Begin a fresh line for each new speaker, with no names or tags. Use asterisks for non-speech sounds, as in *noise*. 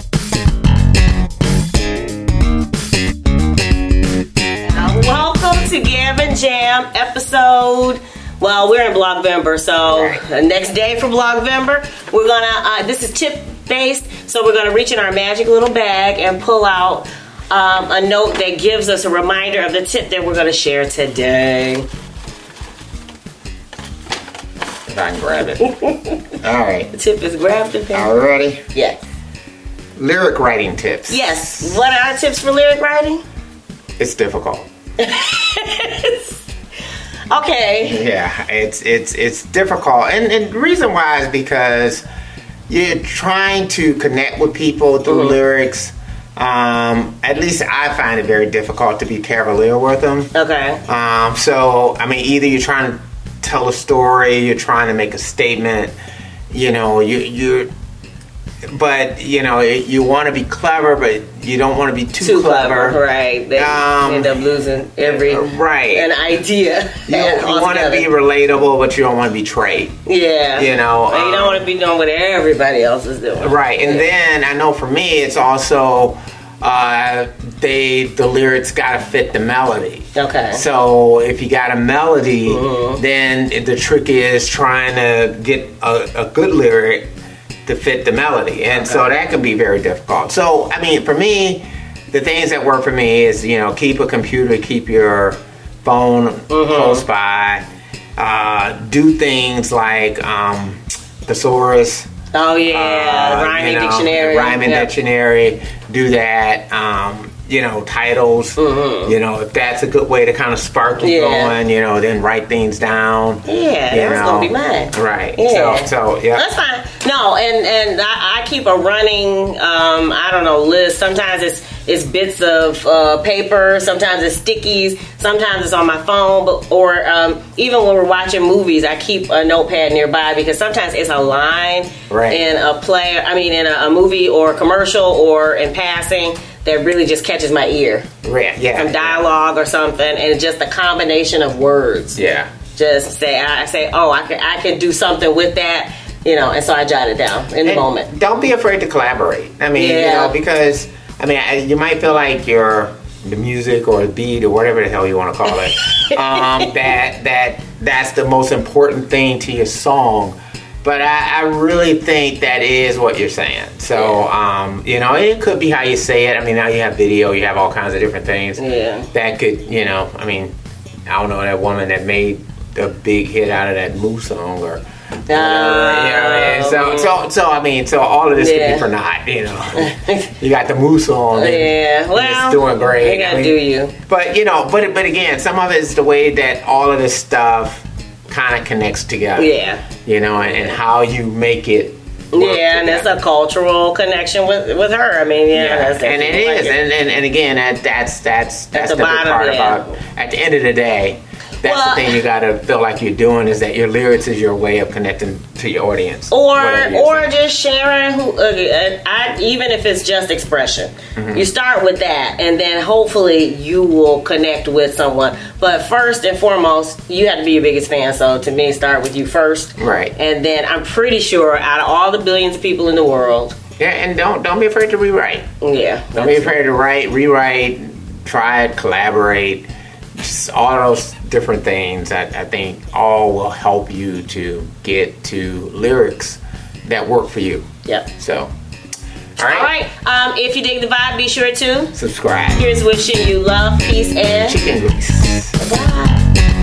Uh, Well, we're in Blockvember, so the next day for Blockvember, we're gonna. Uh, this is tip based, so we're gonna reach in our magic little bag and pull out um, a note that gives us a reminder of the tip that we're gonna share today.
If I can grab it. All right.
The tip is grab the pen.
Alrighty.
Yes.
Lyric writing tips.
Yes. What are our tips for lyric writing?
It's difficult.
Okay.
Yeah, it's it's it's difficult, and and the reason why is because you're trying to connect with people through lyrics. Um, at least I find it very difficult to be cavalier with them.
Okay.
Um, so, I mean, either you're trying to tell a story, you're trying to make a statement, you know, you you. But you know, you want to be clever, but you don't want to be too,
Too clever, right? They
Um,
end up losing every
Uh, Right.
an idea.
You, want to
*laughs* altogether.
be relatable, but you don't want to be trade.
yeah.
you know,
And you
um,
don't want to be doing what everybody else is doing.
Right, and then I know for me, it's also uh, they the lyrics gotta fit the melody.
Okay.
So if you got a melody, then it- the trick is trying to get a, a good lyric to fit the melody, and so that can be very difficult. So I mean, for me, the things that work for me is you know keep a computer, keep your phone close by, uh, do things like um, thesaurus.
oh
Uh,
yeah,
you
rhyming
know,
dictionary.
the Rhyming
Yeah.
dictionary. Do that. Um, you know, titles. You know, if that's a good way to kind of spark you
Mm-hmm. Yeah.
going, you know, then write things down.
Yeah,
you
that's
know.
gonna be mine.
Right.
Yeah.
So, so yeah.
That's fine. No, and and I, I keep a running, um, I don't know, list. Sometimes it's it's bits of uh, paper. Sometimes it's stickies. Sometimes it's on my phone. But or um, even when we're watching movies, I keep a notepad nearby because sometimes it's a line
Right.
in a play. I mean, in a, a movie or a commercial or in passing that really just catches my ear.
Right. Yeah.
Some dialogue or something, and it's just a combination of words
Yeah.
just say I I say, oh, I can I can do something with that, you know, and so I jot it down in the
And
moment.
Don't be afraid to collaborate. I mean,
Yeah.
you know, because I mean, I- you might feel like you're the music or the beat or whatever the hell you want to call
*laughs*
it. um, that that that's the most important thing to your song. But I, I really think that is what you're saying. So, um, you know, it could be how you say it. I mean, now you have video, you have all kinds of different things
Yeah.
that could, you know, I mean, I don't know that woman that made the big hit out of that Moose song or.
Um,
whatever, Uh, you know what I mean? So, so, so I mean, so all of this could
Uh, Yeah.
be for naught, you
*laughs*
know. you got the moose on, and,
Yeah, well,
it's doing great.
You gotta
I mean-
do you.
but you know, but but again, some of it is the way that all of this stuff kind of connects together.
Yeah,
you know, and, and how you make it. work
yeah, and it's
together.
a cultural connection with with her. I mean, yeah,
Yeah,
that's
and it
like
is, and, and and again, that, that's that's that's
the
the, big
bottom
part
end.
about. At the end of the day, that's
Well-
the thing you gotta feel like you're doing is that your lyrics is your way of connecting to your audience, whatever
or
you're
or
saying.
just sharing who uh, uh, I, even if it's just expression
Mm-hmm.
you start with that and then hopefully you will connect with someone but first and foremost you have to be your biggest fan so to me start with you first
Right.
and then i'm pretty sure out of all the billions of people in the world
yeah, and don't don't be afraid to rewrite.
yeah
Don't be afraid to write, rewrite, try it, collaborate. Just all those different things that I think all will help you to get to lyrics that work for you.
yep
So, all right,
all right um, if you dig the vibe be sure to
subscribe.
here's wishing you love peace and
Chicken grease.
Bye.